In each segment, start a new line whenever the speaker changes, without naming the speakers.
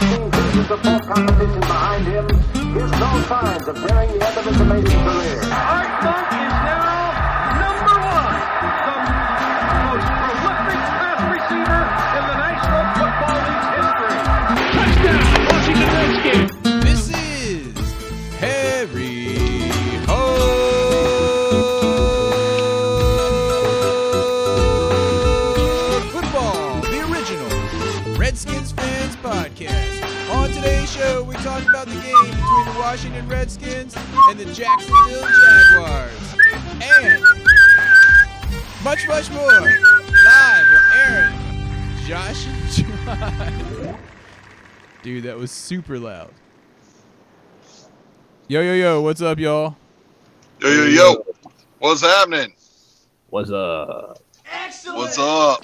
with the full competition behind him, gives no signs of daring the end of his amazing career.
Art Monk is now number one, the most prolific pass receiver in the National Football League's history.
Touchdown, Washington Redskins.
This is Harry Hog Football, the original Redskins fans podcast. On today's show, we talk about the game between the Washington Redskins and the Jacksonville Jaguars, and much, much more. Live with Aaron, Josh, and John. Dude, that was super loud. Yo, yo, yo, what's up, y'all?
Yo, yo, yo. What's happening?
was uh
What's up?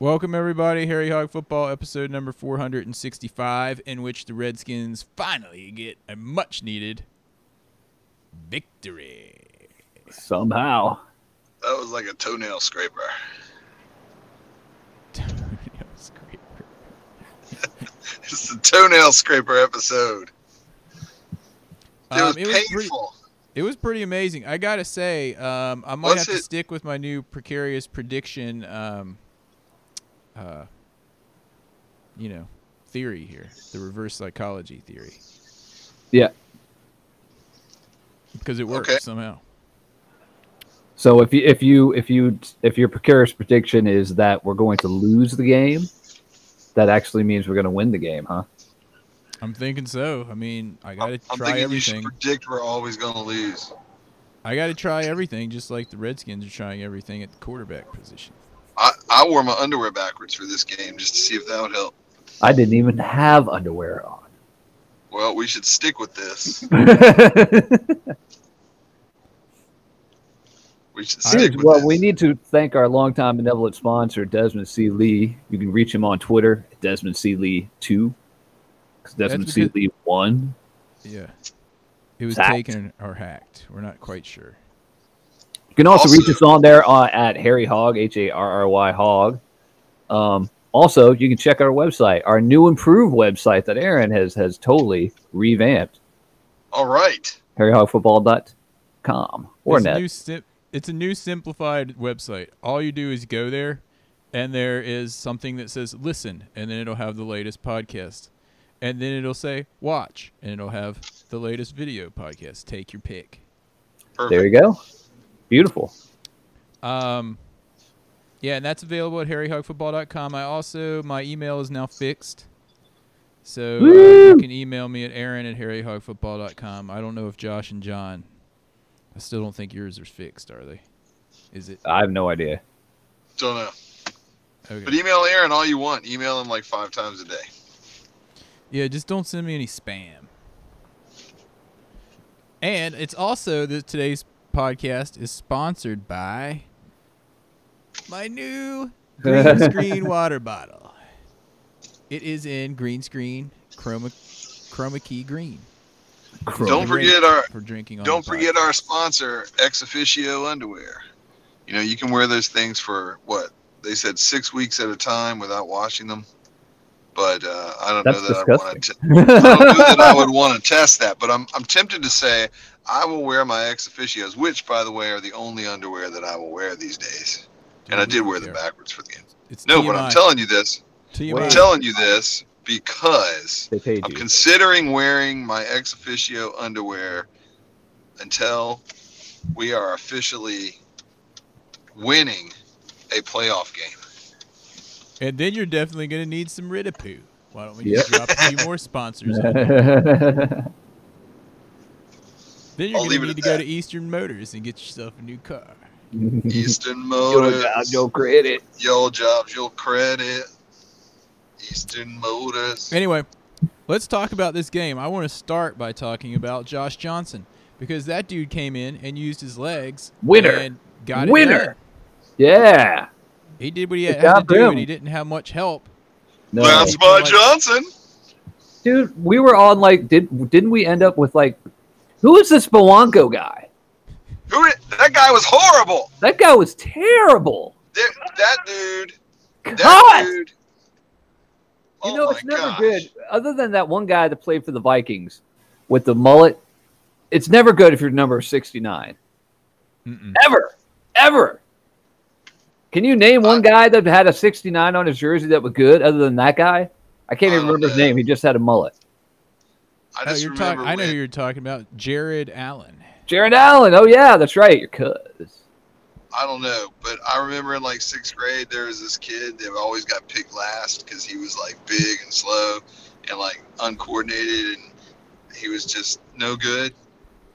Welcome, everybody. Harry Hog Football, episode number 465, in which the Redskins finally get a much needed victory.
somehow
That was like a toenail scraper. It's the toenail scraper episode. It
Um,
was
it was pretty-
painful.
It was pretty amazing. I gotta say, um, I might
Was
have to
it-
stick with my new precarious prediction. Um, uh, you know, theory here, the reverse psychology theory,
yeah
because it works
Okay.
somehow.
so if you if you if you if your precarious prediction is that we're going to lose the game that actually means we're going to win the game huh
I'm thinking so. I mean, I gotta
I'm
try
thinking you
everything.
should predict we're always going to lose.
I gotta try everything, just like the Redskins are trying everything at the quarterback position.
I, I wore my underwear backwards for this game just to see if that would help.
i didn't even have underwear on
Well, we should stick with this. We should stick with
well
this.
we need to thank our longtime benevolent sponsor desmond c lee you can reach him on twitter at desmond c lee 2 because desmond
That's
c
because-
lee 1
Yeah, it was
Fact.
taken or hacked. We're not quite sure.
You can also,
Also-
reach us on there uh, at Harry Hog, H A R R Y Hog. Um, also, you can check our website, our new improved website that Aaron has has totally revamped,
All right.
harryhogfootball.com or
it's A
net.
new sim- it's a new simplified website. All you do is go there, and there is something that says listen, and then it'll have the latest podcast. And then it'll say watch, and it'll have the latest video podcast. Take your pick.
Perfect.
There you go. Beautiful.
Um, yeah, and that's available at harryhogfootball.com. I also, my email is now fixed. So uh, you
Woo!
can email me at aaron at harryhogfootball.com. I don't know if Josh and John, I still don't think yours are fixed, are they? Is it?
I have no idea.
Don't know.
Okay.
But email Aaron all you want. Email him like five times a day.
Yeah, just don't send me any spam. And it's also that today's podcast is sponsored by my new green screen water bottle. It is in green screen chroma chroma key green.
Don't
Great
forget our
for drinking. on
Don't
the
forget
podcast.
our sponsor, Ex Officio Underwear. You know, you can wear those things for what they said six weeks at a time without washing them. But uh, I don't
That's
know that I want to.
disgusting.
I don't know that I would want to test that. But I'm I'm tempted to say I will wear my Ex Officios, which by the way are the only underwear that I will wear these days.
Dude,
And I
we
did
don't
wear them
care.
backwards for the game.
It's
No, but I'm
TMI.
telling you this.
TMI.
I'm telling you this because
They paid
I'm
you.
considering wearing my ex officio underwear until we are officially winning a playoff game.
and then you're definitely gonna need some Ridipoo. Why don't we
Yep.
just drop a few more sponsors? in there? Then you're
I'll
gonna
leave it
need
at
to go
that.
to Eastern Motors and get yourself a new car.
Eastern
Your
Motors,
job, your credit.
your jobs, your credit. Eastern Motors.
Anyway, let's talk about this game. I want to start by talking about Josh Johnson because that dude came in and used his legs.
Winner.
And got it
Winner.
done.
Yeah.
He did what he
Good
had to
job,
do,
him.
and he didn't have much help.
No.
That's
People
my
like-
Johnson.
Dude, we were on like did didn't we end up with like who is this Belanco guy?
Who? did- That guy was horrible.
That guy was terrible.
That, that dude. That
God.
dude.
You
Oh
know,
my
it's never
gosh.
good. Other than that one guy that played for the Vikings with the mullet, it's never good if you're number 69.
Mm-mm.
Ever. Ever. Can you name
Uh,
one guy that had a 69 on his jersey that was good other than that guy? I can't
I
even
don't
remember his
know.
name. He just had a mullet.
I
Oh,
just
you're
remember.
talking. I know who
when-
you're talking about. Jared Allen.
Jared Allen. Oh, yeah, that's right. Your cuz.
I don't know, but I remember in like sixth grade there was this kid that always got picked last because he was like big and slow and like uncoordinated and he was just no good.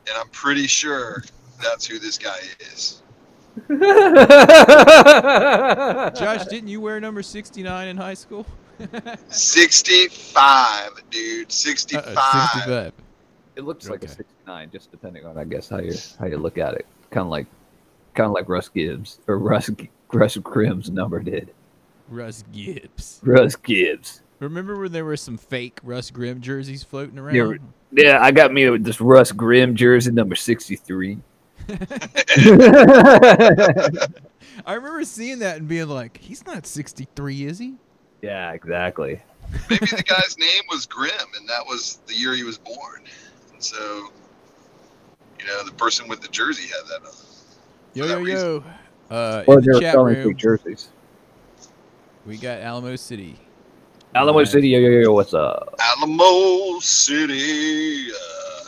And I'm pretty sure that's who this guy is.
Josh, didn't you wear number 69 in high school?
Sixty-five, dude. 65
Uh-oh, 65.
It looks like a
Okay.
69, just depending on, I guess, how you how you look at it. Kind of like, kind of like Russ Gibbs or Russ Russ Grimm's number did.
Russ Gibbs.
Russ Gibbs.
Remember when there were some fake Russ Grimm jerseys floating around?
Yeah. Yeah, I got me this Russ Grimm jersey number 63.
I remember seeing that and being like, he's not 63, is he?
yeah, exactly.
Maybe the guy's name was Grimm, and that was the year he was born. And so, you know, the person with the jersey had that uh, on.
Yo,
For
yo,
that
yo. Uh, in
Or they
the
were
chat
selling free
room,
jerseys.
we got Alamo City.
Alamo
Right.
City, yo, yo, yo, what's up?
Alamo City. Uh,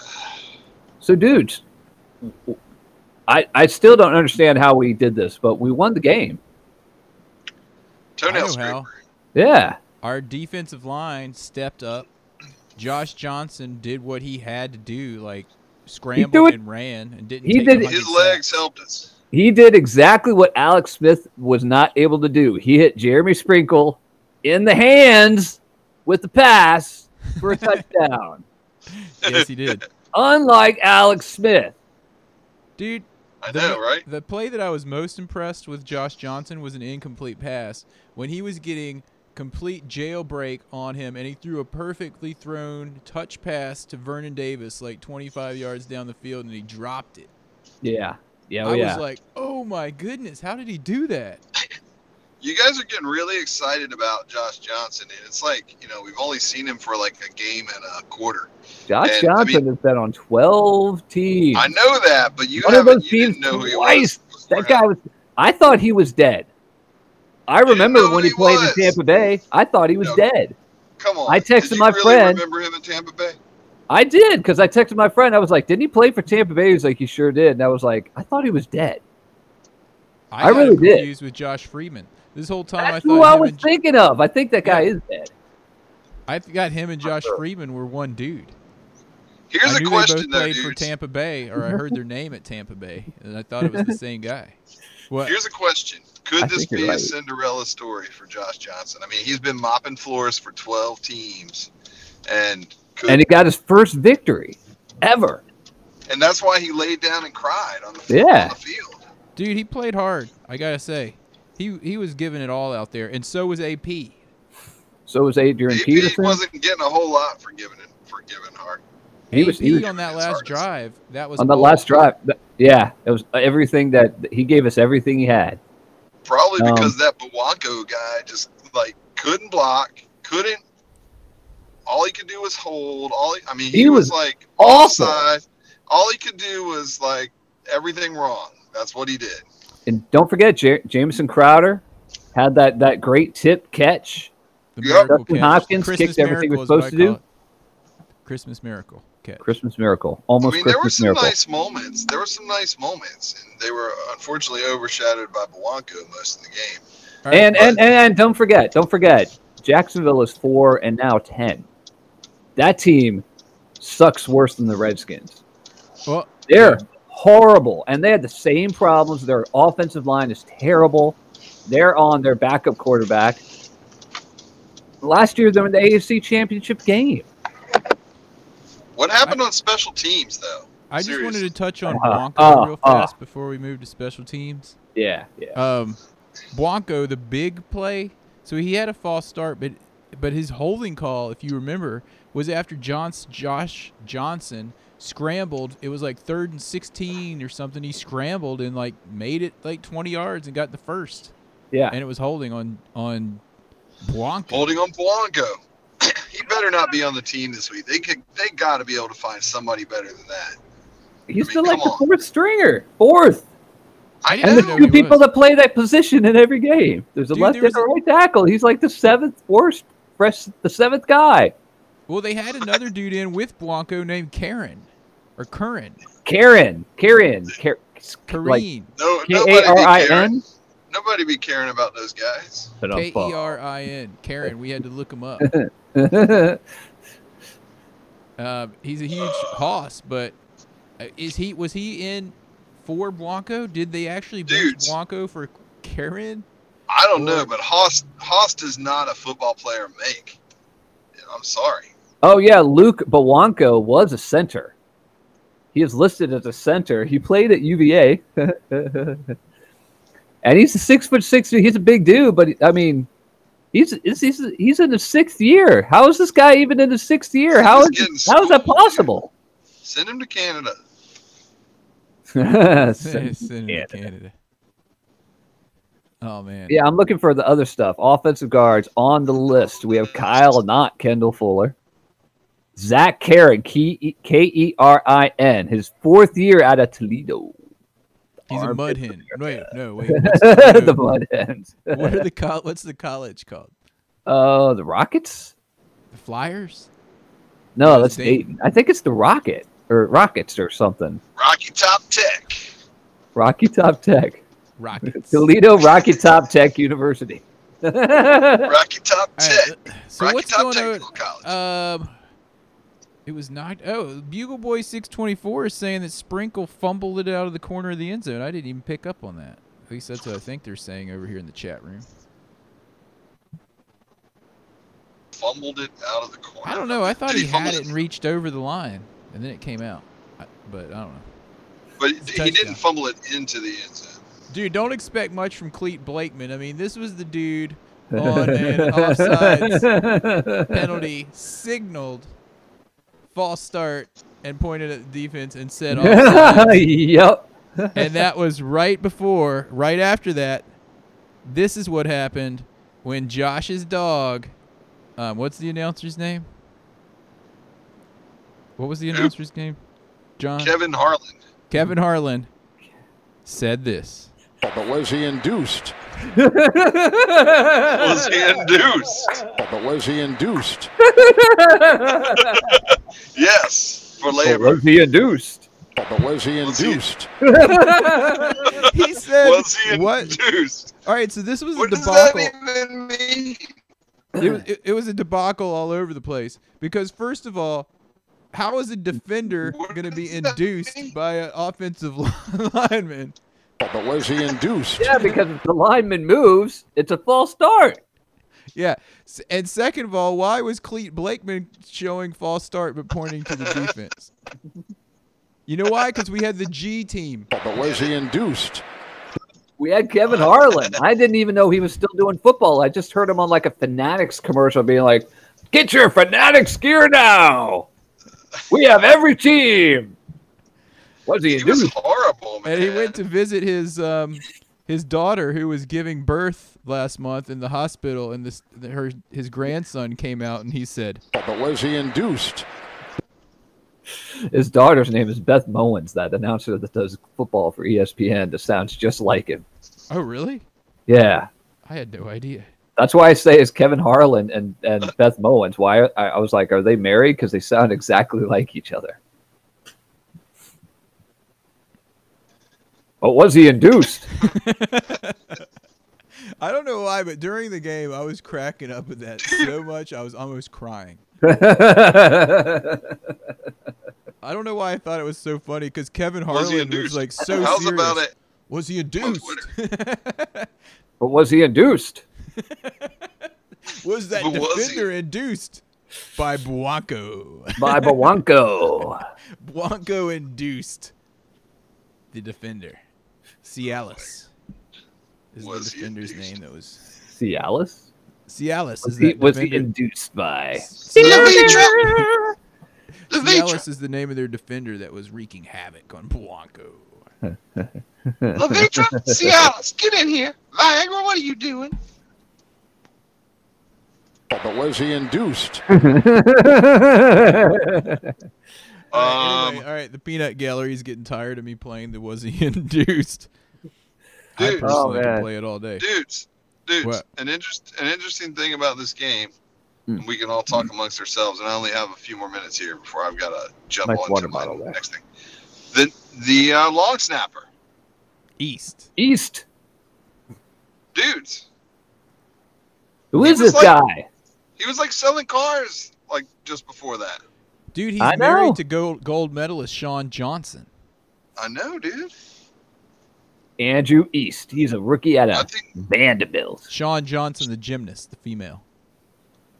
So, dudes, I I still don't understand how we did this, but we won the game.
toenail
I know how.
scraper.
Yeah.
Our defensive line stepped up. Josh Johnson did what he had to do, like scrambled
it-
and ran and didn't
he
take
did
a
it-
hundred
His
sacks.
legs helped us.
He did exactly what Alex Smith was not able to do. He hit Jeremy Sprinkle in the hands with the pass for a touchdown.
Yes, he did.
Unlike Alex Smith.
Dude,
I
The-
know, right?
The play that I was most impressed with Josh Johnson was an incomplete pass when he was getting complete jailbreak on him and he threw a perfectly thrown touch pass to Vernon Davis like 25 yards down the field and he dropped it.
Yeah. Yeah.
I
yeah.
was like, "Oh my goodness, how did he do that?"
You guys are getting really excited about Josh Johnson, and it's like you know we've only seen him for like a game and a quarter.
Josh
and, I
Johnson
mean-
has been on 12 teams.
I know that, but you
One of
haven't.
those
You
teams
didn't know who he was.
twice. That guy was, I thought he was dead. I
didn't
remember
know who
when he,
he
played
was.
in Tampa Bay. I thought he was
No.
dead.
Come on,
I texted
Did you
my
really
friend-
Remember him in Tampa Bay?
I did because I texted my friend. I was like, "Didn't he play for Tampa Bay?" He was like, "He sure did." And I was like, "I thought he was dead."
Oh, I,
I
got
really
him
did.
confused with Josh Freeman. This whole time I
That's
thought
who I
him
was
and,
thinking of. I think that guy is dead.
I got him and Josh Freeman were one dude.
Here's
I
a
knew they
question
both
though,
played for
dudes.
Tampa Bay, or I heard their name at Tampa Bay, and I thought it was the same guy. What?
Here's a question: Could
I
this
think you're
be a
right.
Cinderella story for Josh Johnson? I mean, he's been mopping floors for 12 teams, and could,
And he got his first victory ever.
and that's why he laid down and cried on the,
Yeah.
on the field.
Dude, he played hard. I gotta say, he he was giving it all out there, and so was AP.
So was Adrian
He- He
Peterson.
wasn't getting a whole lot for giving it for giving heart.
He was,
AP
he was
on that
It's
last
hard to say.
drive. That was
on that
all-
last drive. Th- Yeah, it was everything that he gave us. Everything he had.
Probably
Um,
because that Bawanko guy just like couldn't block, couldn't. All he could do was hold. All he, I mean, he,
He
was,
was
like
awful.
offside. All he could do was like everything wrong. That's what he did.
And don't forget, J- Jameson Crowder had that that great tip catch.
The
Yep.
miracle
Dustin
catch.
Hopkins
Christmas
kicked everything he
miracle
was
is what
supposed
I
to
call
do.
it. Christmas miracle catch.
Christmas miracle, almost
I mean, there were
Christmas
some
miracle.
nice moments. There were some nice moments, and they were unfortunately overshadowed by Bawanko most of the game.
All right,
and, and and and don't forget, don't forget, Jacksonville is four and now ten. That team sucks worse than the Redskins.
well,
They're horrible, and they had the same problems. Their offensive line is terrible. They're on their backup quarterback. Last year, they were in the AFC Championship game.
What happened on special teams, though?
I just wanted
Seriously.
to touch on
Uh,
Bronco
uh,
real
uh.
fast before we move to special teams.
Yeah, yeah.
um, Blanco, the big play. So he had a false start, but but his holding call, if you remember, was after Johns, Josh Johnson scrambled. It was like third and sixteen or something. He scrambled and like made it like twenty yards and got the first,
Yeah.
and it was holding on on Blanco.
Holding on Bawanko. he better not be on the team this week. They could, they got to be able to find somebody better than that. I
He's
mean,
still like
come
the
on.
fourth stringer, fourth,
I
and
know.
the
know
two
he
people
was.
that play that position in every game. There's a
Dude,
left
there was
and a right tackle. He's like the seventh worst, fresh, the seventh guy.
Well, they had another dude in with Blanco named Karen or Curran,
Karen, Karen, Karen like
Kareen,
No,
K
nobody
A R I
be caring.
N.
Nobody be caring about those guys.
Shut up,
K E
Paul.
R I N. Karen. We had to look him up. Um, he's a huge hoss, but uh, is he? Was he in for Blanco? Did they actually bench
Dudes.
Blanco for Karen?
I don't know, but Haas Haas does not a football player make. I'm sorry.
Oh yeah, Luke Bawanko was a center. He is listed as a center. He played at UVA, and he's a six foot six. He's a big dude, but I mean, he's he's he's, he's in his sixth year. How is this guy even in his sixth year? How
He's
is
getting
how is that
schooled.
possible?
Send him to Canada.
yeah,
Senator Canada. Oh man.
I'm looking for the other stuff. Offensive guards on the list. We have Kyle, not Kendall Fuller. Zach Karen, K E R I N, his fourth year out of Toledo.
He's a
Arm
mud
is
hen. Wait, no, wait. What's the,
the mud hens.
What are the col- What's the college called?
Uh, the Rockets?
The Flyers.
No,
Yeah,
that's
Dayton.
Dayton. I think it's the Rocket or Rockets or something.
Rocky Top Tech.
Rocky Top Tech,
Rockets. All
Toledo Rocky Top Tech University. yeah,
Rocky Top Tech.
right, so
Rocky
what's
Top
going on?
Technical College.
Um, it was not. Oh, Bugle Boy six twenty four is saying that Sprinkle fumbled it out of the corner of the end zone. I didn't even pick up on that. At least that's what I think they're saying over here in the chat room.
Fumbled it out of the corner.
I don't know. I thought
Did
he
fumble
had it and reached over the line, and then it came out. I, but I don't know.
But
a
he
touchdown.
didn't fumble it into the end zone.
Dude, don't expect much from Cleet Blakeman. I mean, this was the dude on an offsides penalty signaled false start and pointed at the defense and said offside.
yep.
and that was right before, right after that. This is what happened when Josh's dog. Um, what's the announcer's name? What was the announcer's name? John
Kevin Harlan.
Kevin Harlan said this.
But was he induced?
Was induced.
But was he induced?
Yes. For labor.
Was he induced?
But was he
Was he-
induced?
He said
Was he
what?
induced?
All right, so this was
What
a
does that
debacle.
even mean?
It was, it, it was a debacle all over the place because first of all, how is a defender
What
going to be
does that
induced
mean?
by an offensive lineman?
But was he induced?
Yeah, because if the lineman moves, it's a false start.
Yeah, S- and second of all, why was Cleet Blakeman showing false start but pointing to the defense? You know why? Because we had the G team.
But was he induced?
We had Kevin Harlan. I didn't even know he was still doing football. I just heard him on like a Fanatics commercial being like, Get your Fanatics gear now. We have every team. What's he
He was
do?
horrible, man.
and he went to visit his um his daughter who was giving birth last month in the hospital and this her his grandson came out and he said
But was he induced?
His daughter's name is Beth Mowens, that announcer that does football for E ESPN that sounds just like him.
oh really
Yeah.
i had no idea
That's why I say it's Kevin Harlan and, and Beth Mowens. Why I, I was like, are they married? Because they sound exactly like each other. But was he induced?
i don't know why but during the game i was cracking up at that so much i was almost crying i don't know why i thought it was so funny because kevin harlan
Was
was,
he induced?
like so
How's
serious
about it?
was he induced
but was he induced?
was that
But was he?
defender induced by Buaco?
by Bawanko.
Blanco induced the defender. Cialis is
Was
the
he
defender's
induced?
name that was.
Cialis?
Cialis
Was
is
he,
that
was he
defender.
induced by?
Demetra!
Cialis is the name of their defender that was wreaking havoc on Blanco.
Levitra, Cialis, get in here. Viagra, what are you doing?
But was he induced?
All right,
Um,
anyway, all right, the peanut gallery is getting tired of me playing the was he induced. I
Dude.
personally
Oh,
can
man.
play it all day.
dudes, dudes,
What?
an interest, an interesting thing about this game,
Hmm.
and we can all talk amongst ourselves. And I only have a few more minutes here before I've got to jump
Nice
on
water
to my
bottle there.
next thing. The the uh, long snapper,
East.
East.
dudes.
Who
He
is
was
this
like-
guy?
He was like selling cars like just before that.
Dude, he's
I know.
married to gold, gold medalist Sean Johnson.
I know, dude.
Andrew East. He's a rookie at
I
a
think
Vanderbilt.
Sean Johnson, the gymnast, the female.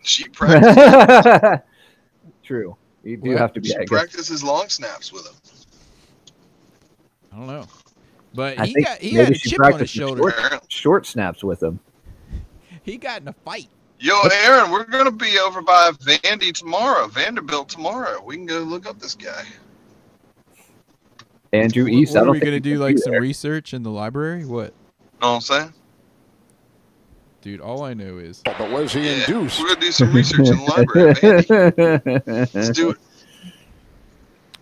she practices,
True. You do
Well,
have to be.
she
I guess.
practices long snaps with him.
I don't know. But
I
he
think
got he
maybe
had a
she
chip on his
practiced the
shoulder.
short-
Apparently.
Short snaps with him.
He got in a fight.
Yo, Aaron, we're gonna be over by Vandy tomorrow, Vanderbilt tomorrow. We can go look up this guy.
Andrew
What,
East.
what
I
are
don't
we
think
gonna
he
do?
could
Like
be
some
there.
research in the library? What,
Know what I'm saying?
dude? All I know is
But was he
Yeah,
induced?
We're gonna do some research in the library. Vandy. Let's do it.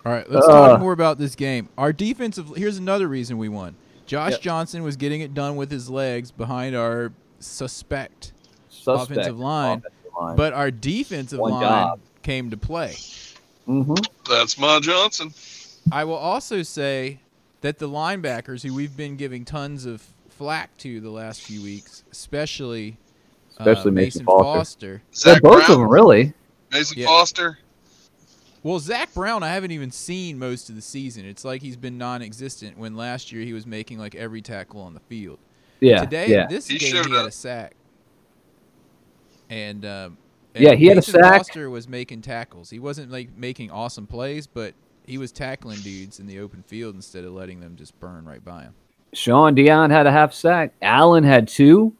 All right, let's
Uh.
talk more about this game. Our defensive here's another reason we won. Josh
Yep.
Johnson was getting it done with his legs behind our suspect,
Suspect.
offensive line,
Offensive line.
but our defensive
One
line
job.
came to play.
Mhm.
That's my Johnson.
I will also say that the linebackers who we've been giving tons of flack to the last few weeks, especially uh,
Especially Mason
Mason Foster.
Foster.
Zach
both of
Brown,
them really.
Mason
Yeah.
Foster.
Well, Zach Brown, I haven't even seen most of the season. It's like he's been non-existent when last year he was making like every tackle on the field.
Yeah.
Today,
yeah.
this
He
game,
showed
he had
up.
a sack. And, um,
Yeah, he had a
Mason
sack.
Foster was making tackles. He wasn't like making awesome plays, but he was tackling dudes in the open field instead of letting them just burn right by him.
Sean Dion had a half sack. Allen had two.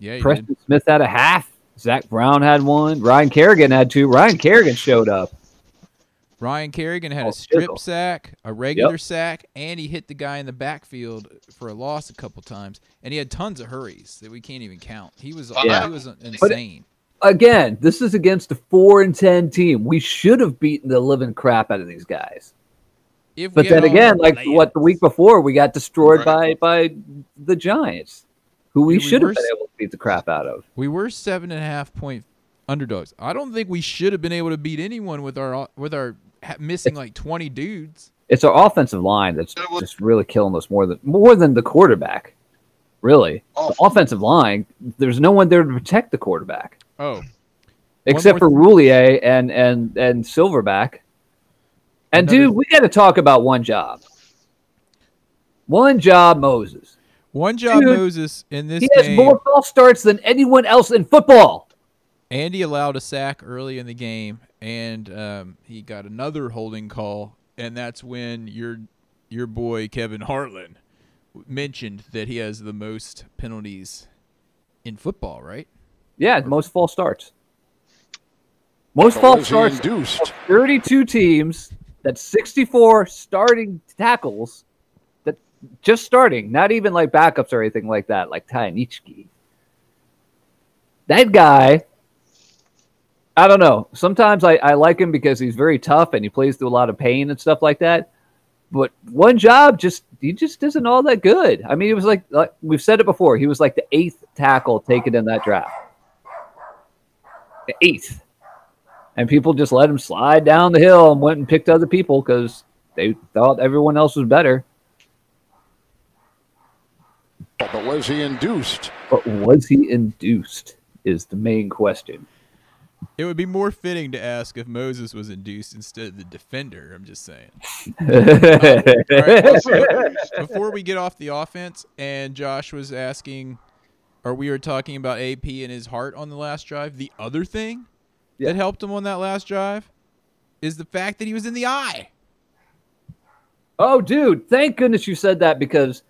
Yeah, he
Preston
did.
Smith had a half. Zach Brown had one. Ryan Kerrigan had two. Ryan Kerrigan showed up.
Ryan Kerrigan had
Oh,
a strip
chisel.
sack, a regular sack, and he hit the guy in the backfield for a loss a couple times. And he had tons of hurries that we can't even count. He was
Yeah.
he was insane.
Again, this is against a four and ten team. We should have beaten the living crap out of these guys.
If
But
we
then
had all
again,
the
like
players-
what the week before, we got destroyed
Right.
by by the Giants, who we
Dude, we
should
were
have been
s-
able to beat the crap out of.
We were seven and a half point underdogs. I don't think we should have been able to beat anyone with our with our ha- missing like twenty dudes.
It's our offensive line that's
It was-
just really killing us more than more than the quarterback. Really,
Oh.
the offensive line. There's no one there to protect the quarterback
Oh,
except for
more
Roulier and and and Silverback. And
Another-
dude, we got to talk about one job. One job, Moses.
one job
Dude,
Moses in this
He has
game.
more false starts than anyone else in football.
Andy allowed a sack early in the game, and um, he got another holding call, and that's when your your boy Kevin Hartland mentioned that he has the most penalties in football, right?
Yeah, most false starts. Most
But
false
was he
starts.
induced?
32 teams. That's 64 starting tackles. That just starting, not even like backups or anything like that, like Tyanichki. That guy. I don't know. Sometimes I, I like him because he's very tough and he plays through a lot of pain and stuff like that. But one job just he just isn't all that good. I mean, it was like, like we've said it before. He was like the eighth tackle taken in that draft. The eighth and people just let him slide down the hill and went and picked other people because they thought everyone else was better.
But was he induced?
But was he induced? Is the main question.
It would be more fitting to ask if Moses was induced instead of the defender. I'm just saying. All right,
yeah,
before- before we get off the offense, and Josh was asking, or we were talking about AP and his heart on the last drive. The other thing
Yeah.
that helped him on that last drive is the fact that he was in the eye.
Oh, dude! Thank goodness you said that because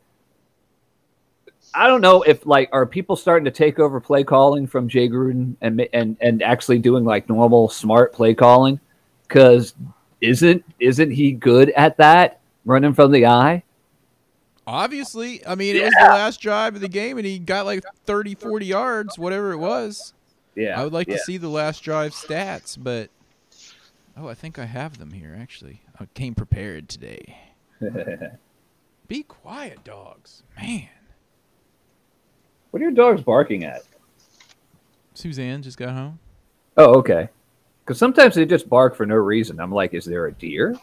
I don't know if like are people starting to take over play calling from Jay Gruden and ma- and and actually doing like normal smart play calling because isn't isn't he good at that running from the eye?
Obviously, I mean, it was the last drive of the game, and he got like 30, 40 yards, whatever it was.
Yeah.
I would like
yeah.
to see the last drive stats, but oh, I think I have them here actually. I came prepared today. Be quiet, dogs. Man,
What are your dogs barking at?
Suzanne just got home.
Oh, okay. Because sometimes they just bark for no reason. I'm like, is there a deer?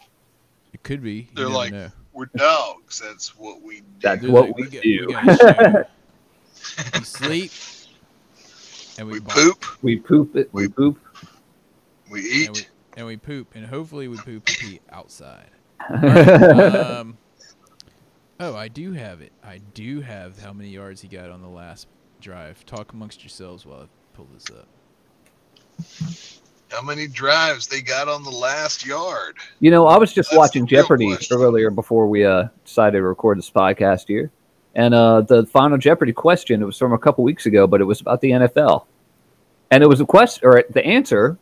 It could be. You
They're
never
like,
know.
we're dogs. That's what we do.
That's
They're
what
like,
we,
get-
do.
gotta shoot. we sleep, and we,
We
bark,
poop.
we poop it. We poop.
We
and we,
eat.
and we poop, and hopefully we poop and pee outside. um, oh, I do have it. I do have how many yards he got on the last drive. Talk amongst yourselves while I pull this up.
How many drives they got on the last yard?
You know, I was just
That's
watching
the real
Jeopardy
question.
earlier before we uh, decided to record this podcast here. And uh, the final Jeopardy question, it was from a couple weeks ago, but it was about the NFL. And it was a question, or the answer,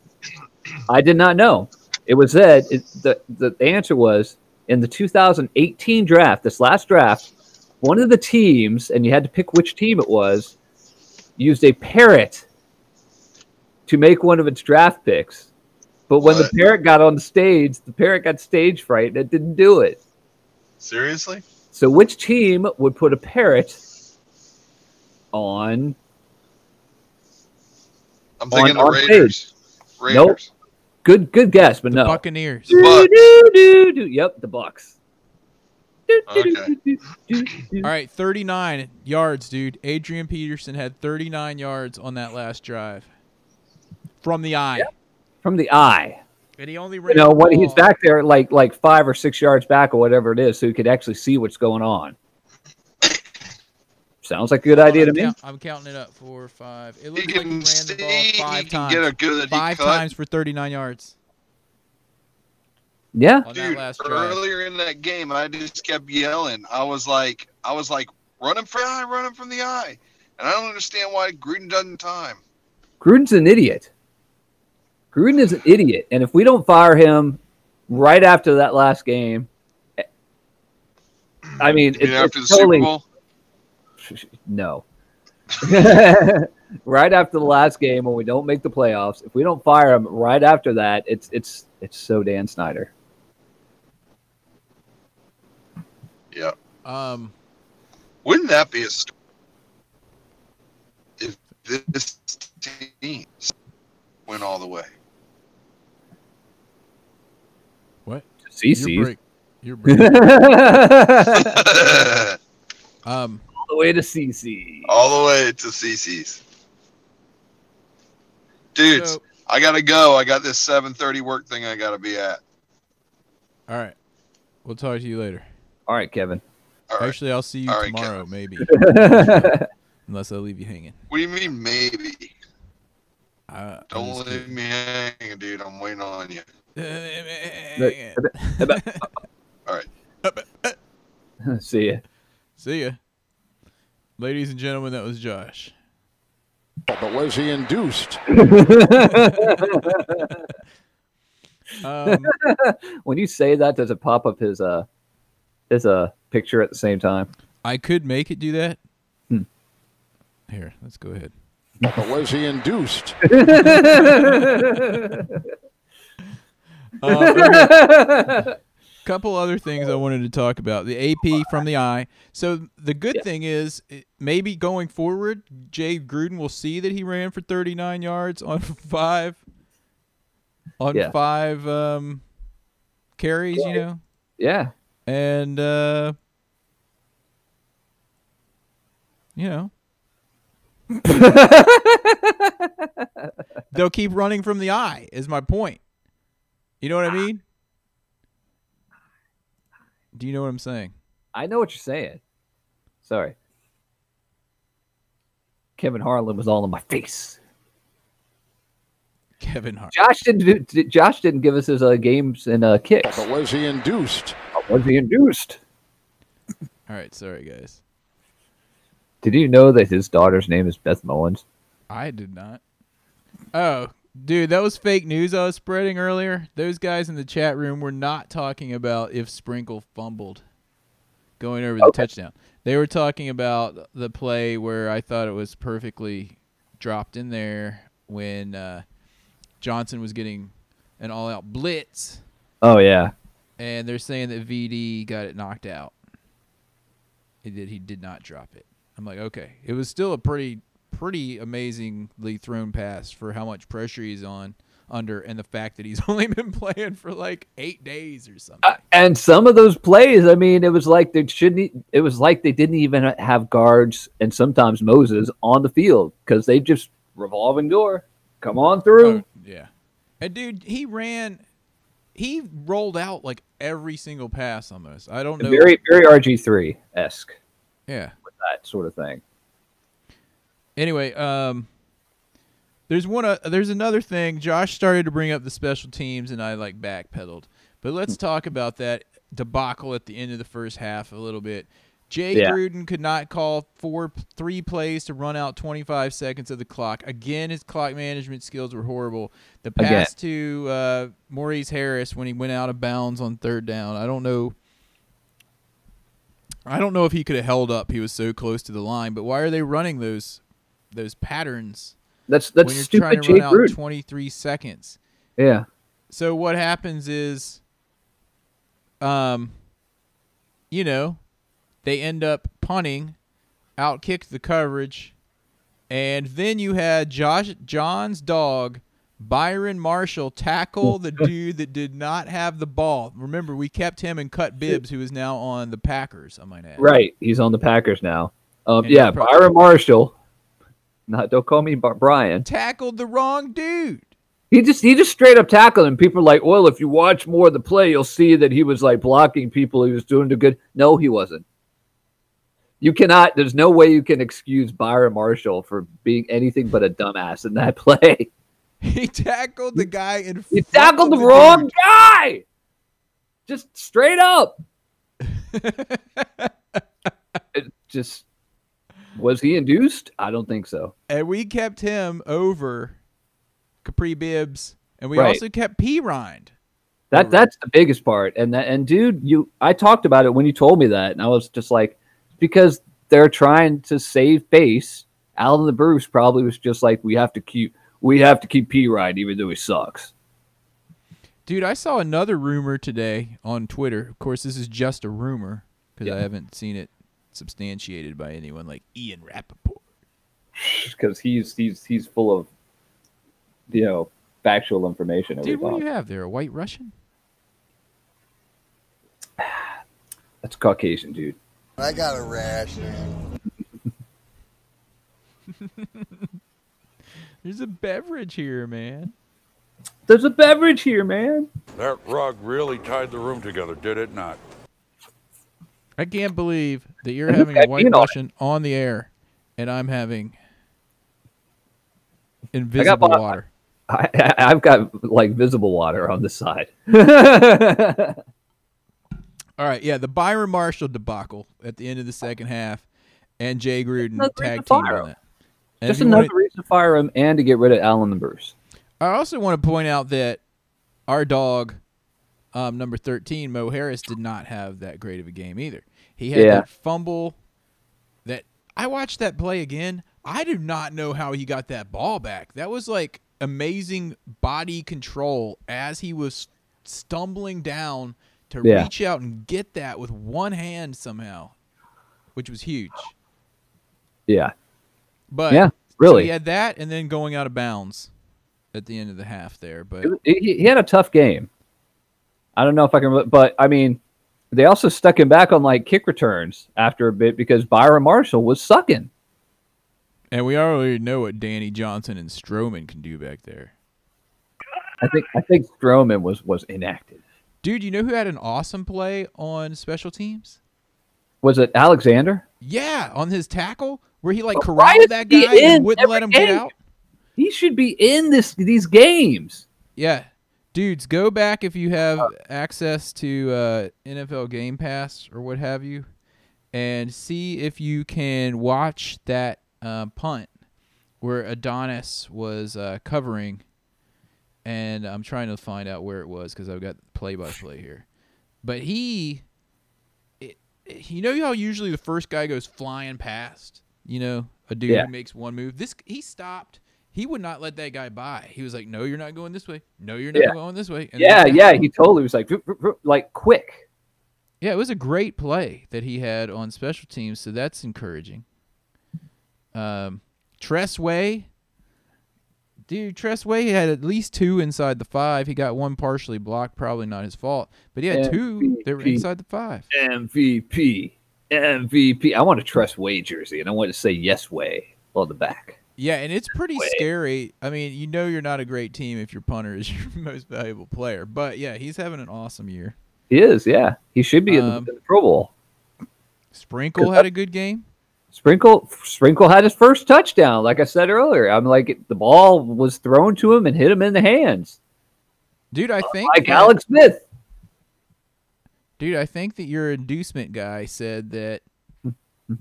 I did not know. It was that it, the, the answer was in the 2018 draft, this last draft, one of the teams, and you had to pick which team it was, used a parrot to make one of its draft picks. But when
What?
the parrot got on the stage, the parrot got stage fright and it didn't do it.
Seriously?
So which team would put a parrot on?
I'm thinking
on
the Raiders.
Nope.
Raiders.
Good, good guess, but no.
Buccaneers.
The Bucks.
Do, do, do, do. Yep, the Bucks. Do, do, do,
Okay.
do, do, do.
All right, 39 yards, dude. Adrian Peterson had 39 yards on that last drive from the eye.
From the eye,
And he only
you
ran
know,
the
when he's
ball-
back there, like like five or six yards back or whatever it is, so he could actually see what's going on. Sounds like a good idea to
I'm
me.
count- I'm counting it up. Four, five. It
He
looks like he ran
can
the
see.
ball
He
five
can
times.
get a good
five
cut.
times for 39 yards
Yeah,
on that
Dude,
last drive.
earlier in that game, I just kept yelling. I was like, I was like, run him from the eye, run him from the eye, and I don't understand why Gruden doesn't time.
Gruden's an idiot. Gruden is an idiot, and if we don't fire him right after that last game, I mean,
You
it's,
know, after the
it's totally
Super Bowl,
no. right after the last game, when we don't make the playoffs, if we don't fire him right after that, it's it's it's so Dan Snyder.
yeah.
Um,
Wouldn't that be a story? If this team went all the way,
your
CC
break. Your
all
break.
the
um,
way to CC.
all the way to CC's. Dudes,
so,
I gotta go. I got this 7:30 work thing I gotta be at.
all right. We'll talk to you later.
All right, Kevin.
All right.
Actually, I'll see you
All right,
tomorrow, maybe. Unless I leave you hanging.
What do you mean maybe?
I, I'm
Don't
just
leave
kidding.
me hanging, dude. I'm waiting on you.
See ya.
see ya. Ladies and gentlemen, that was Josh.
But was he induced?
Um,
When you say that, does it pop up his uh his uh picture at the same time?
I could make it do that.
Hmm.
Here, let's go ahead.
But was he induced?
Uh, couple other things I wanted to talk about. The AP from the eye. So the good thing is it- maybe going forward, Jay Gruden will see that he ran for 39 yards on five on
Yeah.
five um, carries, you know,
yeah.
and uh, you know. They'll keep running from the eye is my point. You know what I mean? Do you know what I'm saying?
I know what you're saying. Sorry. Kevin Harlan was all in my face.
Kevin Hart.
Josh didn't. do- Josh didn't give us his uh, games and uh, kicks.
But was he induced?
Was he induced?
All right, sorry guys.
Did you know that his daughter's name is Beth Mullins?
I did not. Oh, dude, that was fake news I was spreading earlier. Those guys in the chat room were not talking about if Sprinkle fumbled going over the
Okay.
touchdown. They were talking about the play where I thought it was perfectly dropped in there when uh, Johnson was getting an all-out blitz,
Oh yeah.
and they're saying that VD got it knocked out. He did. He did not drop it. I'm like, okay, it was still a pretty, pretty amazingly thrown pass for how much pressure he's on under, and the fact that he's only been playing for like eight days or something.
Uh, and some of those plays, I mean, it was like they shouldn't. e- It was like they didn't even have guards and sometimes Moses on the field because they just revolving door. Come on through.
Oh, yeah. And dude, he ran he rolled out like every single pass almost. I don't know.
Very very RG three esque
yeah.
with that sort of thing.
Anyway, um there's one uh, there's another thing. Josh started to bring up the special teams and I like backpedaled. But let's
Hmm.
talk about that debacle at the end of the first half a little bit. Jay
Yeah.
Gruden could not call four three plays to run out 25 seconds of the clock. Again, his clock management skills were horrible. The
Again.
pass to uh, Maurice Harris when he went out of bounds on third down. I don't know I don't know if he could have held up. He was so close to the line. But why are they running those those patterns
That's that's
when you're
stupid,
trying to
Jay
run out
Gruden.
23 seconds?
yeah,
So what happens is, um, you know, they end up punting, outkicked the coverage, and then you had Josh John's dog. Byron Marshall tackle the dude that did not have the ball. Remember, we kept him and cut Bibbs, who is now on the Packers. I might add.
right. He's on the Packers now. Um,
And
yeah,
he's prob-
Byron Marshall. Not don't call me Bar- Brian.
tackled the wrong dude.
He just he just straight up tackled him. People are like, well, if you watch more of the play, you'll see that he was like blocking people. He was doing the good. No, he wasn't. You cannot. There's no way you can excuse Byron Marshall for being anything but a dumbass in that play.
He tackled the guy in front.
He tackled the
of
wrong
dude.
guy. Just straight up. It just was he induced? I don't think so.
and we kept him over Capri Bibbs, and we
Right.
also kept P Rind.
That that's the biggest part. And that and dude, you I talked about it when you told me that, and I was just like, because they're trying to save face. Alan the Bruce probably was just like, we have to keep we have to keep P Ride even though he sucks.
Dude, I saw another rumor today on Twitter. Of course, this is just a rumor because I
Yeah.
haven't seen it substantiated by anyone like Ian Rappaport.
Because he's he's he's full of you know factual information.
Dude, what do you have there? A white Russian?
That's Caucasian, dude.
I got a rash, man.
There's a beverage here, man.
There's a beverage here, man.
That rug really tied the room together, did it not?
I can't believe that you're
And
having
look
a
at
white
Ian on it.
Russian on the air, and I'm having invisible
invisible bought-
water.
I, I, I've got like visible water on the side. yeah,
All right, yeah, the Byron Marshall debacle at the end of the second half, and Jay Gruden
Another reason
tag
to
team
fire him.
on that. And if
just
you wanna-
another reason to fire him and to get rid of Alan the Bruce.
I also want to point out that our dog, um, number thirteen, Mo Harris, did not have that great of a game either. He had
Yeah.
that fumble. That I watched that play again. I do not know how he got that ball back. That was like amazing body control as he was stumbling down to
Yeah.
reach out and get that with one hand somehow, which was huge.
Yeah,
But
Yeah,
so
really.
he had that, and then going out of bounds at the end of the half there. But
He- he, he had a tough game. I don't know if I can, but I mean, they also stuck him back on like kick returns after a bit because Byron Marshall was sucking.
And we already know what Danny Johnson and Strowman can do back there.
I think I think Stroman was was inactive.
Dude, you know who had an awesome play on special teams?
Was it Alexander?
Yeah, on his tackle where he like
Well, why
corralled
is
that
he
guy and
in
wouldn't let
every
him get
game?
out.
He should be in this these games.
Yeah. Dudes, go back if you have access to uh, NFL Game Pass or what have you, and see if you can watch that uh, punt where Adonis was uh, covering. And I'm trying to find out where it was because I've got play by play here. But he, it, you know how usually the first guy goes flying past, you know, a dude
Yeah.
who makes one move. This he stopped. He would not let that guy by. He was like, "No, you're not going this way. No, you're not
Yeah.
going this way." And
yeah,
then-
yeah. He totally was like, "Vroom, vroom, vroom," like quick.
yeah. It was a great play that he had on special teams, so that's encouraging. Um, Tressway, dude, Tressway had at least two inside the five. He got one partially blocked, probably not his fault, but he had two that were
MVP.
inside the five.
MVP, MVP. I want to trust Way jersey, and I want to say yes Way on the back.
Yeah, and it's pretty
way.
scary. I mean, you know you're not a great team if your punter is your most valuable player. But yeah, he's having an awesome year.
He is, yeah. He should be in, the,
Um,
in the Pro Bowl.
Sprinkle had a good game.
Sprinkle Sprinkle had his first touchdown, like I said earlier. I'm like it- the ball was thrown to him and hit him in the hands.
Dude, I think
Like
that-
Alex Smith.
Dude, I think that your inducement guy said that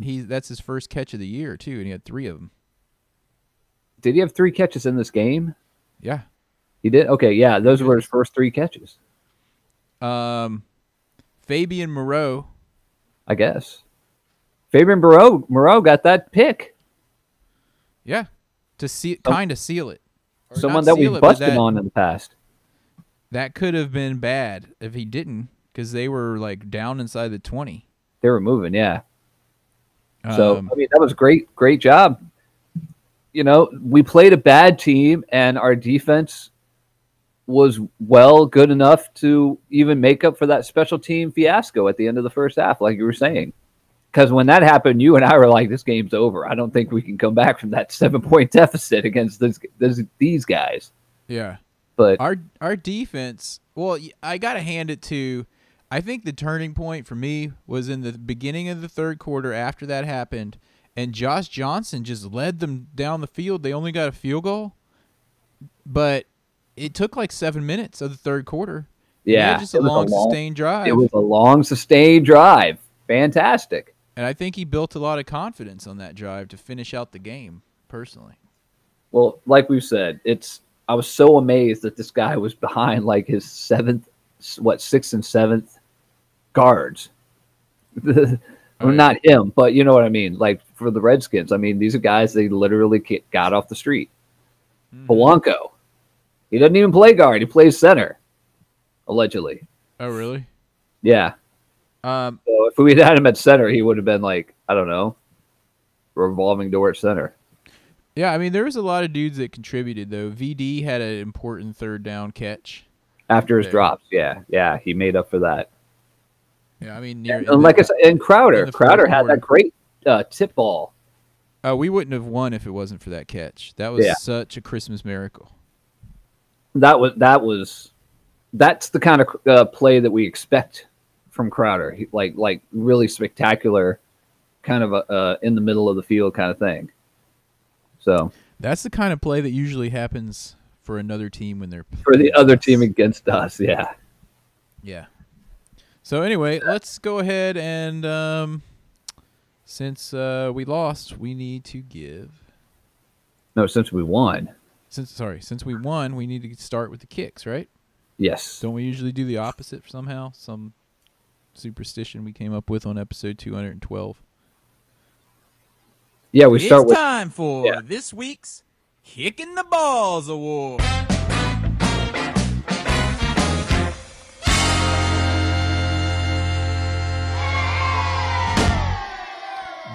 he that's his first catch of the year too, and he had 3 of them.
Did he have three catches in this game?
Yeah.
He did? Okay, yeah. Those were his first three catches,
Um Fabian Moreau,
I guess. Fabian Moreau, Moreau got that pick.
yeah, to see
Oh.
kind of seal it. Or
Someone
not
that we
seal it, but
busted
that-
on in the past.
That could have been bad if he didn't cuz they were like down inside the 20.
They were moving, yeah. So
Um,
I mean, that was great, great job. You know, we played a bad team, and our defense was well good enough to even make up for that special team fiasco at the end of the first half, like you were saying. Because when that happened, you and I were like, "This game's over. I don't think we can come back from that seven point deficit against this, this, these guys."
yeah.
But
our our defense. Well, y- I gotta hand it to. I think the turning point for me was in the beginning of the third quarter. After that happened, and Josh Johnson just led them down the field. They only got a field goal, but it took like seven minutes of the third quarter. They had
yeah,
just a
it was
long, sustained drive,
It was a long sustained drive. Fantastic.
and I think he built a lot of confidence on that drive to finish out the game. Personally,
Well, like we've said, it's I was so amazed that this guy was behind like his seventh, what sixth and seventh guards. well,
Right.
not him, but you know what I mean. Like for the Redskins, I mean these are guys they literally ca- got off the street.
Mm-hmm.
Polanco, he doesn't even play guard; he plays center, allegedly.
oh really?
Yeah.
Um,
So if we had had him at center, he would have been like I don't know, revolving door at center.
Yeah, I mean, there was a lot of dudes that contributed though. VD had an important third down catch.
After his
Yeah.
drops, yeah, yeah, he made up for that.
Yeah, I mean, near,
and like I said, and
in
Crowder,
the
Crowder
fourth
had
quarter.
that great uh, tip ball.
uh, we wouldn't have won if it wasn't for that catch. That was
Yeah.
such a Christmas miracle.
That was that was that's the kind of uh, play that we expect from Crowder, he, like like really spectacular, kind of a uh, in the middle of the field kind of thing. So
That's the kind of play that usually happens for another team when they're
for
playing
the other
us.
team against us, yeah,
Yeah. So anyway, let's go ahead and um, since uh, we lost, we need to give.
no, since we won,
Since sorry, since we won, we need to start with the kicks, right?
yes,
Don't we usually do the opposite somehow? Some superstition we came up with on episode 212.
yeah, we start
it's
with
time for
yeah.
this week's Kicking the Balls Award.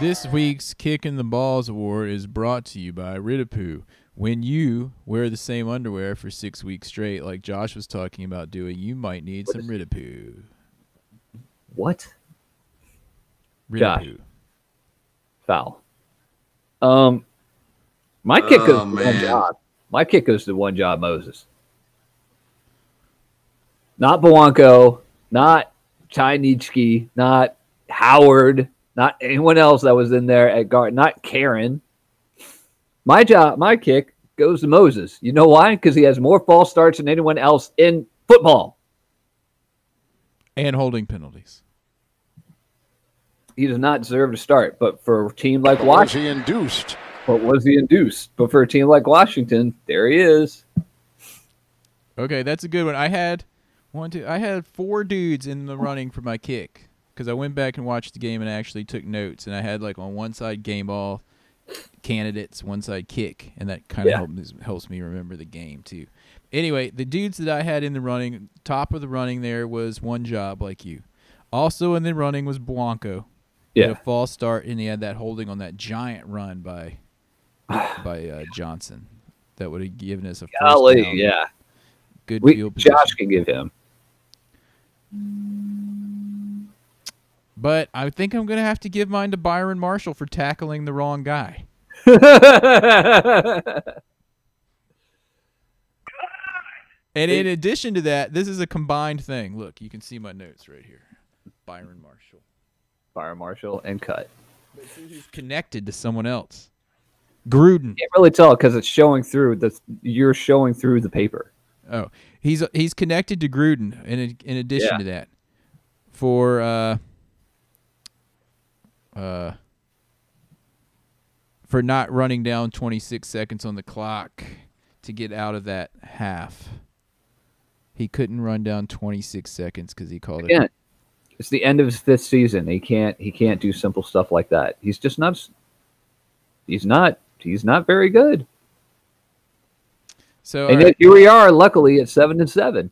This week's Kick in the Balls award is brought to you by Ridipoo. When you wear the same underwear for six weeks straight, like Josh was talking about doing, you might need some Ridipoo.
what
Ridipoo.
Josh. foul. Um, my kick goes
Oh,
to one
man.
job. My kick goes to one job, Moses. Not Blanco, not Chinechki, not Howard, not anyone else that was in there at guard, not Karen. My job, my kick goes to Moses. You know why? Because he has more false starts than anyone else in football.
And holding penalties.
He does not deserve to start, but for a team like
But was
Washington.
he induced?
What was he induced? But for a team like Washington, there he is.
Okay, that's a good one. I had one, two, I had four dudes in
Oh.
the running for my kick because I went back and watched the game and I actually took notes. And I had like on one side game ball, candidates once I kick, and that kind of
Yeah.
helps helps me remember the game too. Anyway, the dudes that I had in the running, top of the running there was one job like you. Also in the running was Blanco. He had a
Yeah.
false start, and he had that holding on that giant run by by uh, Johnson that would have given us a first
Golly,
down.
yeah.
Good
We,
field position.
Josh can give him.
But I think I'm gonna have to give mine to Byron Marshall for tackling the wrong guy. And in addition to that, this is a combined thing. Look, you can see my notes right here. Byron Marshall.
Fire Marshal and cut.
He's connected to someone else. Gruden.
Can't really tell because it's showing through. The you're showing through the paper.
Oh, he's he's connected to Gruden. In in addition
Yeah.
to that, for uh, uh, for not running down 26 seconds on the clock to get out of that half. He couldn't run down 26 seconds because he called it.
Again, it's the end of his fifth season. He can't. He can't do simple stuff like that. He's just not. s- He's not. He's not very good.
So uh, all
and
right.
yet here we are. Luckily, at seven and seven.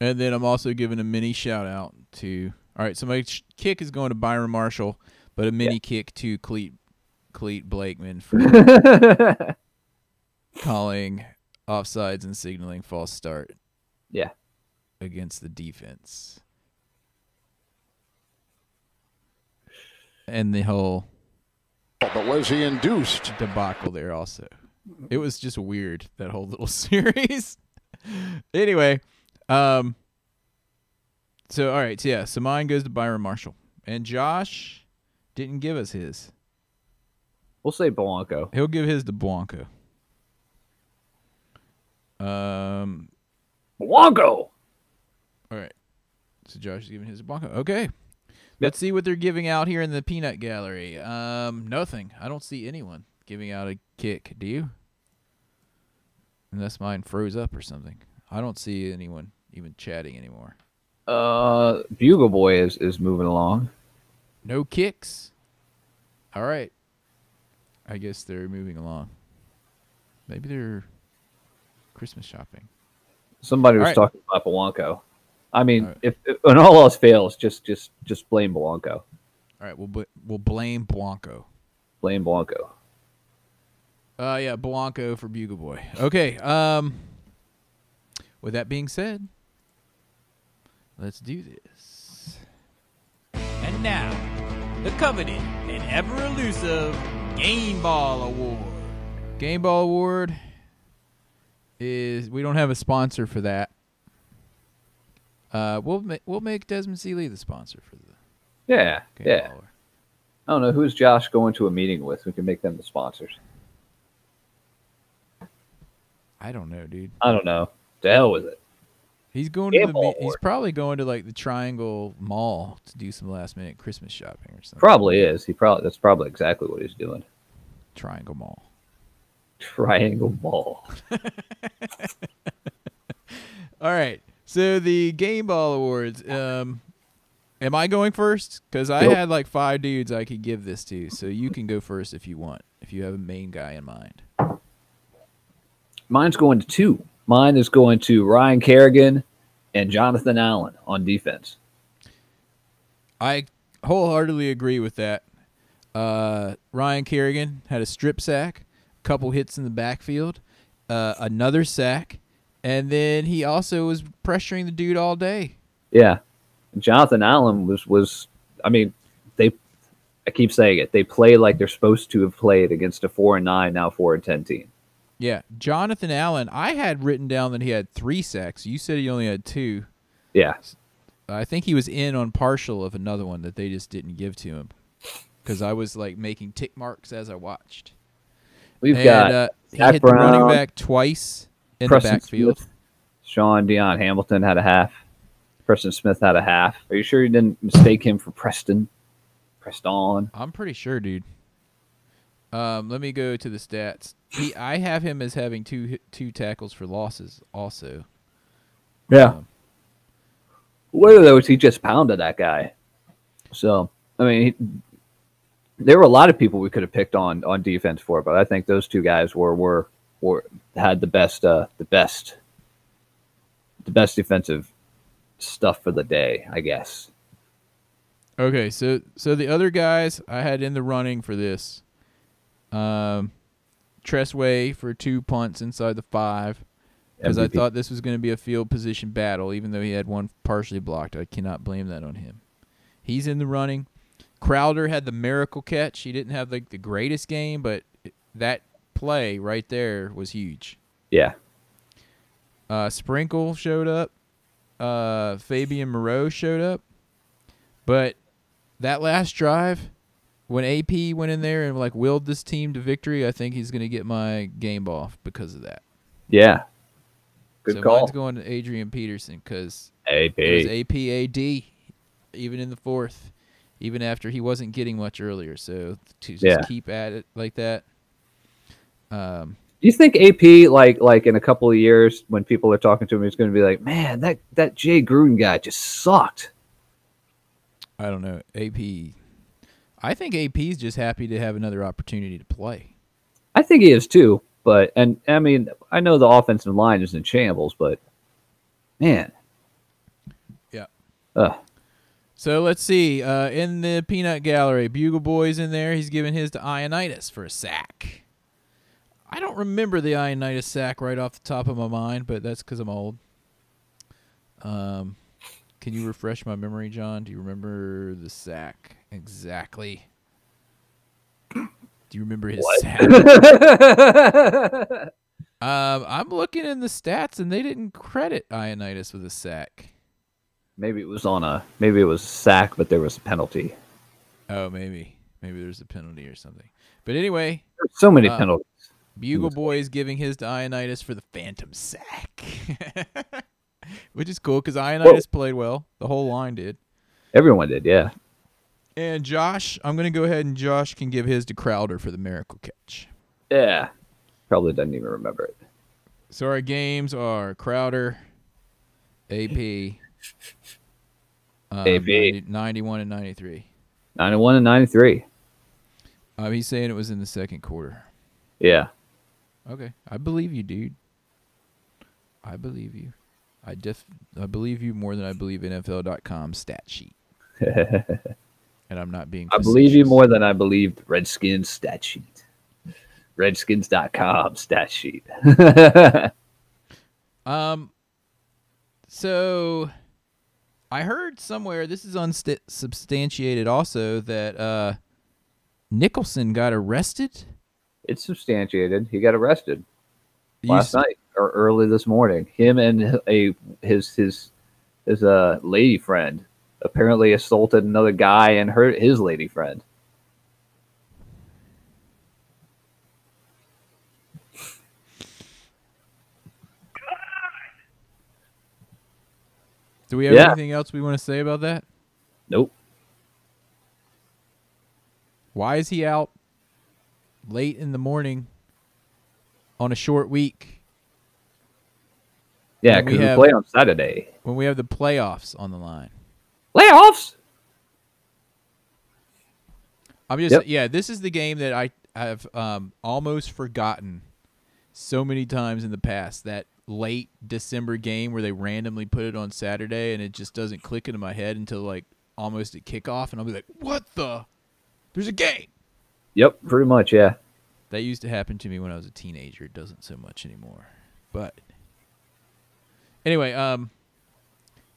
And then I'm also giving a mini shout out to. All right, so my sh- kick is going to Byron Marshall, but a mini kick to Cleet Cleet Blakeman for calling offsides and signaling false start
yeah.
against the defense. And the whole
But was he induced?
debacle there also. It was just weird that whole little series. anyway, um so all right, so yeah, so mine goes to Byron Marshall. And Josh didn't give us his.
We'll say Blanco.
He'll give his to Blanco. Um
Blanco.
all right. So Josh is giving his to Blanco. Okay. Let's see what they're giving out here in the peanut gallery. Um nothing. I don't see anyone giving out a kick, do you? Unless mine froze up or something. I don't see anyone even chatting anymore.
Uh, Bugle Boy is is moving along.
No kicks. All right. I guess they're moving along. Maybe they're Christmas shopping.
Somebody was
All right.
talking about Blanco. I mean,
All right.
if, if when all else fails, just just just blame Blanco.
All right, we'll bl- we'll blame Blanco.
Blame Blanco.
Uh yeah, Blanco for Bugle Boy. Okay. Um with that being said, let's do this. And now, the coveted and ever elusive Game Ball Award. Game Ball Award is we don't have a sponsor for that. Uh we'll ma- we'll make Desmond Seeley the sponsor for the
Yeah,
Game
yeah.
Ball Award.
I don't know who's Josh going to a meeting with. We can make them the sponsors.
I don't know, dude.
I don't know. To hell with it.
He's going to the,
Gamble
mi- he's
Award.
probably going to like the Triangle Mall to do some last minute Christmas shopping or something.
Probably is. He probably that's probably exactly what he's doing.
Triangle Mall.
Triangle ball.
All right. So the Game Ball Awards. Um, am I going first? Because I
Nope.
had like five dudes I could give this to. So you can go first if you want. If you have a main guy in mind.
Mine's going to two. Mine is going to Ryan Kerrigan and Jonathan Allen on defense.
I wholeheartedly agree with that. Uh, Ryan Kerrigan had a strip sack, couple hits in the backfield, uh, another sack, and then he also was pressuring the dude all day.
Yeah. Jonathan Allen was was I mean, they I keep saying it. They play like they're supposed to have played against a four and nine, now four and ten team.
Yeah, Jonathan Allen. I had written down that he had three sacks. You said he only had two.
Yeah.
I think he was in on partial of another one that they just didn't give to him because I was like making tick marks as I watched.
We've
and
got
uh, he
Zach
hit the running
Brown,
back twice in
Preston
the backfield.
Smith, Sean Dion Hamilton had a half. Preston Smith had a half. Are you sure you didn't mistake him for Preston? Preston.
I'm pretty sure, dude. Um, let me go to the stats. He, I have him as having two hit- two tackles for losses. Also,
Yeah. One of those he just pounded that guy. So I mean, he, there were a lot of people we could have picked on on defense for, but I think those two guys were were were had the best uh the best the best defensive stuff for the day, I guess.
Okay, so so the other guys I had in the running for this, um, Tressway for two punts inside the five, because I
MVP.
thought this was going to be a field position battle, even though he had one partially blocked. I cannot blame that on him. He's in the running. Crowder had the miracle catch. He didn't have like the greatest game, but that play right there was huge.
Yeah.
Uh, Sprinkle showed up. Uh, Fabian Moreau showed up. But that last drive, when AP went in there and like willed this team to victory, I think he's going to get my game off because of that.
Yeah. Good
so
call.
mine's going to Adrian Peterson because
AP.
it was APAD, even in the fourth, even after he wasn't getting much earlier. So to just
Yeah.
keep at it like that. Um,
Do you think AP like like in a couple of years when people are talking to him, he's going to be like, man, that that Jay Gruden guy just sucked.
I don't know. AP. I think AP's just happy to have another opportunity to play.
I think he is too, but and I mean, I know the offensive line is in shambles, but man,
Yeah.
uh,
So let's see. Uh, in the peanut gallery, Bugle Boy's in there. He's giving his to Ionitis for a sack. I don't remember the Ionitis sack right off the top of my mind, but that's because I'm old. Um, can you refresh my memory, John? Do you remember the sack exactly? Do you remember his sack? um, I'm looking in the stats, and they didn't credit Ionitis with a sack.
maybe it was on a maybe it was a sack, but there was a penalty.
Oh, maybe. Maybe there's a penalty or something. But anyway,
There's so many
Uh,
penalties.
Bugle Boy is giving his to Ionitis for the Phantom Sack. Which is cool because Ionitis played well. The whole line did.
Everyone did, yeah.
And Josh, I'm going to go ahead and Josh can give his to Crowder for the miracle catch.
Yeah. Probably doesn't even remember it.
So our games are Crowder, AP, um,
AP.
90 91 and 93.
91 and 93.
Um, he's saying it was in the second quarter.
Yeah.
Okay, I believe you, dude. I believe you. I def I believe you more than I believe NFL.com stat sheet. and I'm not being.
I believe you
facetious.
more than I believed Redskins stat sheet. Redskins.com stat sheet.
Um. So, I heard somewhere this is unsubstantiated also that uh, Nicholson got arrested.
it's substantiated. He got arrested
You
last
s-
night or early this morning. Him and a his his his uh, lady friend apparently assaulted another guy and hurt his lady friend.
Do we have
Yeah.
anything else we want to say about that?
Nope.
Why is he out late in the morning on a short week?
Yeah,
And we
because we,
have-
play on Saturday.
when we have the playoffs on the line.
Playoffs.
I'm just
Yep.
yeah, this is the game that I have um, almost forgotten so many times in the past that late December game where they randomly put it on Saturday and it just doesn't click into my head until like almost at kickoff and I'll be like, "What the? There's a game."
Yep, pretty much. Yeah.
That used to happen to me when I was a teenager. It doesn't so much anymore. But anyway, um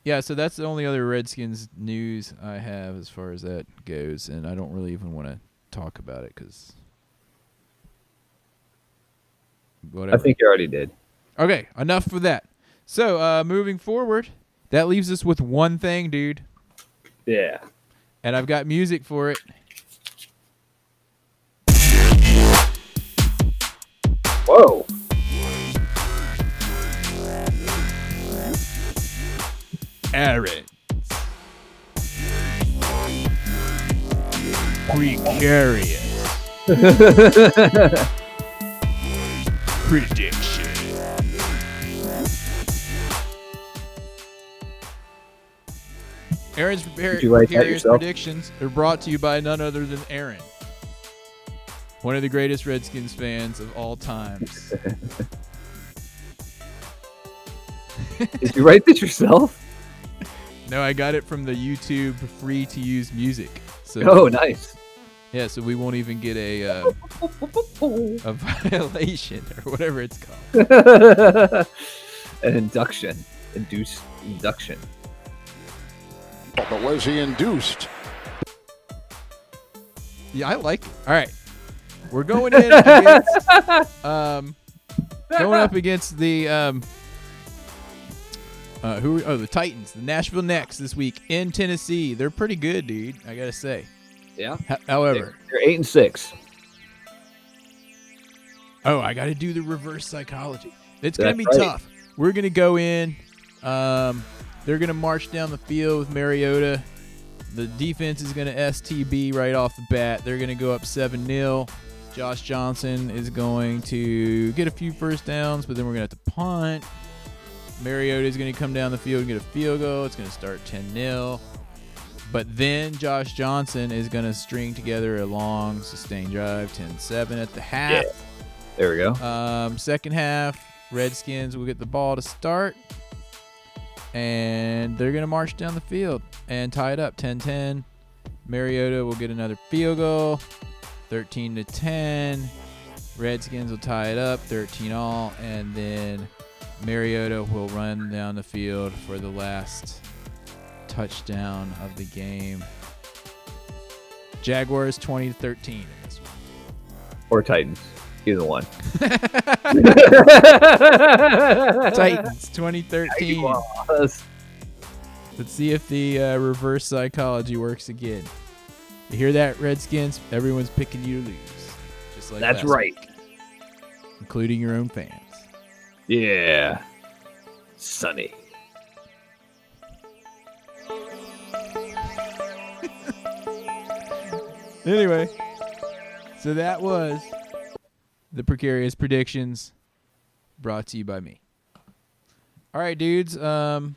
yeah, so that's the only other Redskins news I have as far as that goes, and I don't really even want to talk about it because whatever.
I think you already did.
okay, enough for that. So uh, moving forward, that leaves us with one thing, dude,
Yeah.
and I've got music for it.
Whoa.
Aaron. Precarious. Prediction.
Aaron's prepared
you write that
precarious
yourself?
predictions are brought to you by none other than Aaron. One of the greatest Redskins fans of all times.
Did you write this yourself?
no, I got it from the YouTube free to use music. So
Oh, nice.
yeah, so we won't even get a uh, a violation or whatever it's called.
An induction. Induced induction.
But was he induced?
Yeah, I like it. All right. We're going in against um going up against the um uh, who oh the Titans, the Nashville Necks this week in Tennessee. They're pretty good, dude, I got to say.
Yeah.
Ho- However,
They're, they're eight and six.
oh, I got to do the reverse psychology. It's
That's
going to be
right.
tough. We're going to go in um they're going to march down the field with Mariota. The defense is going to STB right off the bat. They're going to go up 7 0. Josh Johnson is going to get a few first downs, but then we're going to have to punt. Mariota is going to come down the field and get a field goal. It's going to start 10 0. But then Josh Johnson is going to string together a long, sustained drive, 10 7 at the half.
There we go.
Um, second half, Redskins will get the ball to start. And they're going to march down the field and tie it up 10 10. Mariota will get another field goal 13 to 10. Redskins will tie it up 13 all. And then Mariota will run down the field for the last touchdown of the game. Jaguars 20 to 13 in this one.
Or Titans. Either one.
Titans 2013.
Us.
Let's see if the uh, reverse psychology works again. You hear that, Redskins? Everyone's picking you to lose. Just like
That's
last
right.
week, including your own fans.
Yeah. Sunny.
Anyway, so that was the precarious predictions brought to you by me. All right, dudes. Um,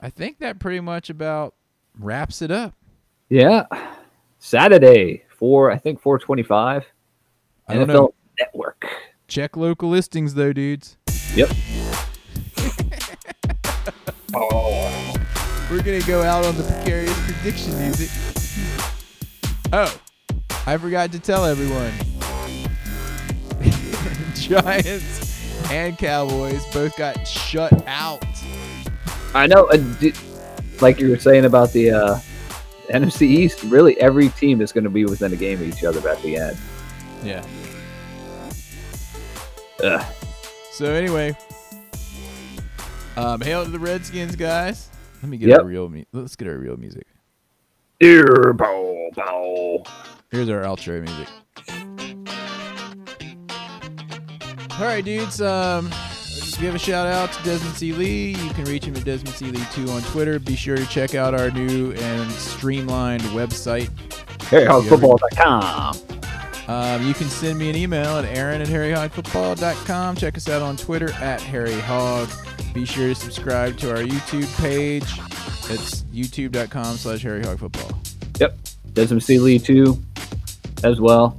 I think that pretty much about wraps it up.
Yeah. Saturday, four I think four twenty five.
I don't
NFL
know.
Network.
Check local listings, though, dudes.
Yep.
We're gonna go out on the precarious prediction music. Oh, I forgot to tell everyone. Giants and Cowboys both got shut out.
I know. Uh, d like you were saying about the uh, NFC East, really every team is going to be within a game of each other at the end.
Yeah.
Ugh.
So anyway, um, hail to the Redskins, guys. Let me get
Yep.
our real. Mu- let's get our real music.
Ear bow bow.
Here's our outro music. All right, dudes. Um, let's give a shout out to Desmond C. Lee. You can reach him at Desmond C. Lee2 on Twitter. Be sure to check out our new and streamlined website.
HarryHogFootball.com.
Um, you can send me an email at aaron at harryhogfootball.com. Check us out on Twitter at harryhog. Be sure to subscribe to our YouTube page. It's youtube.com slash harryhogfootball.
Yep. Desmond C. Lee too, as well.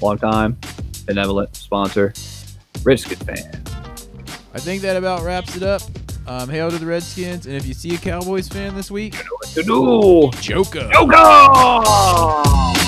Long time, benevolent sponsor, Redskins fan.
I think that about wraps it up. Um, hail to the Redskins, and if you see a Cowboys fan this week,
To do
Joker.
go.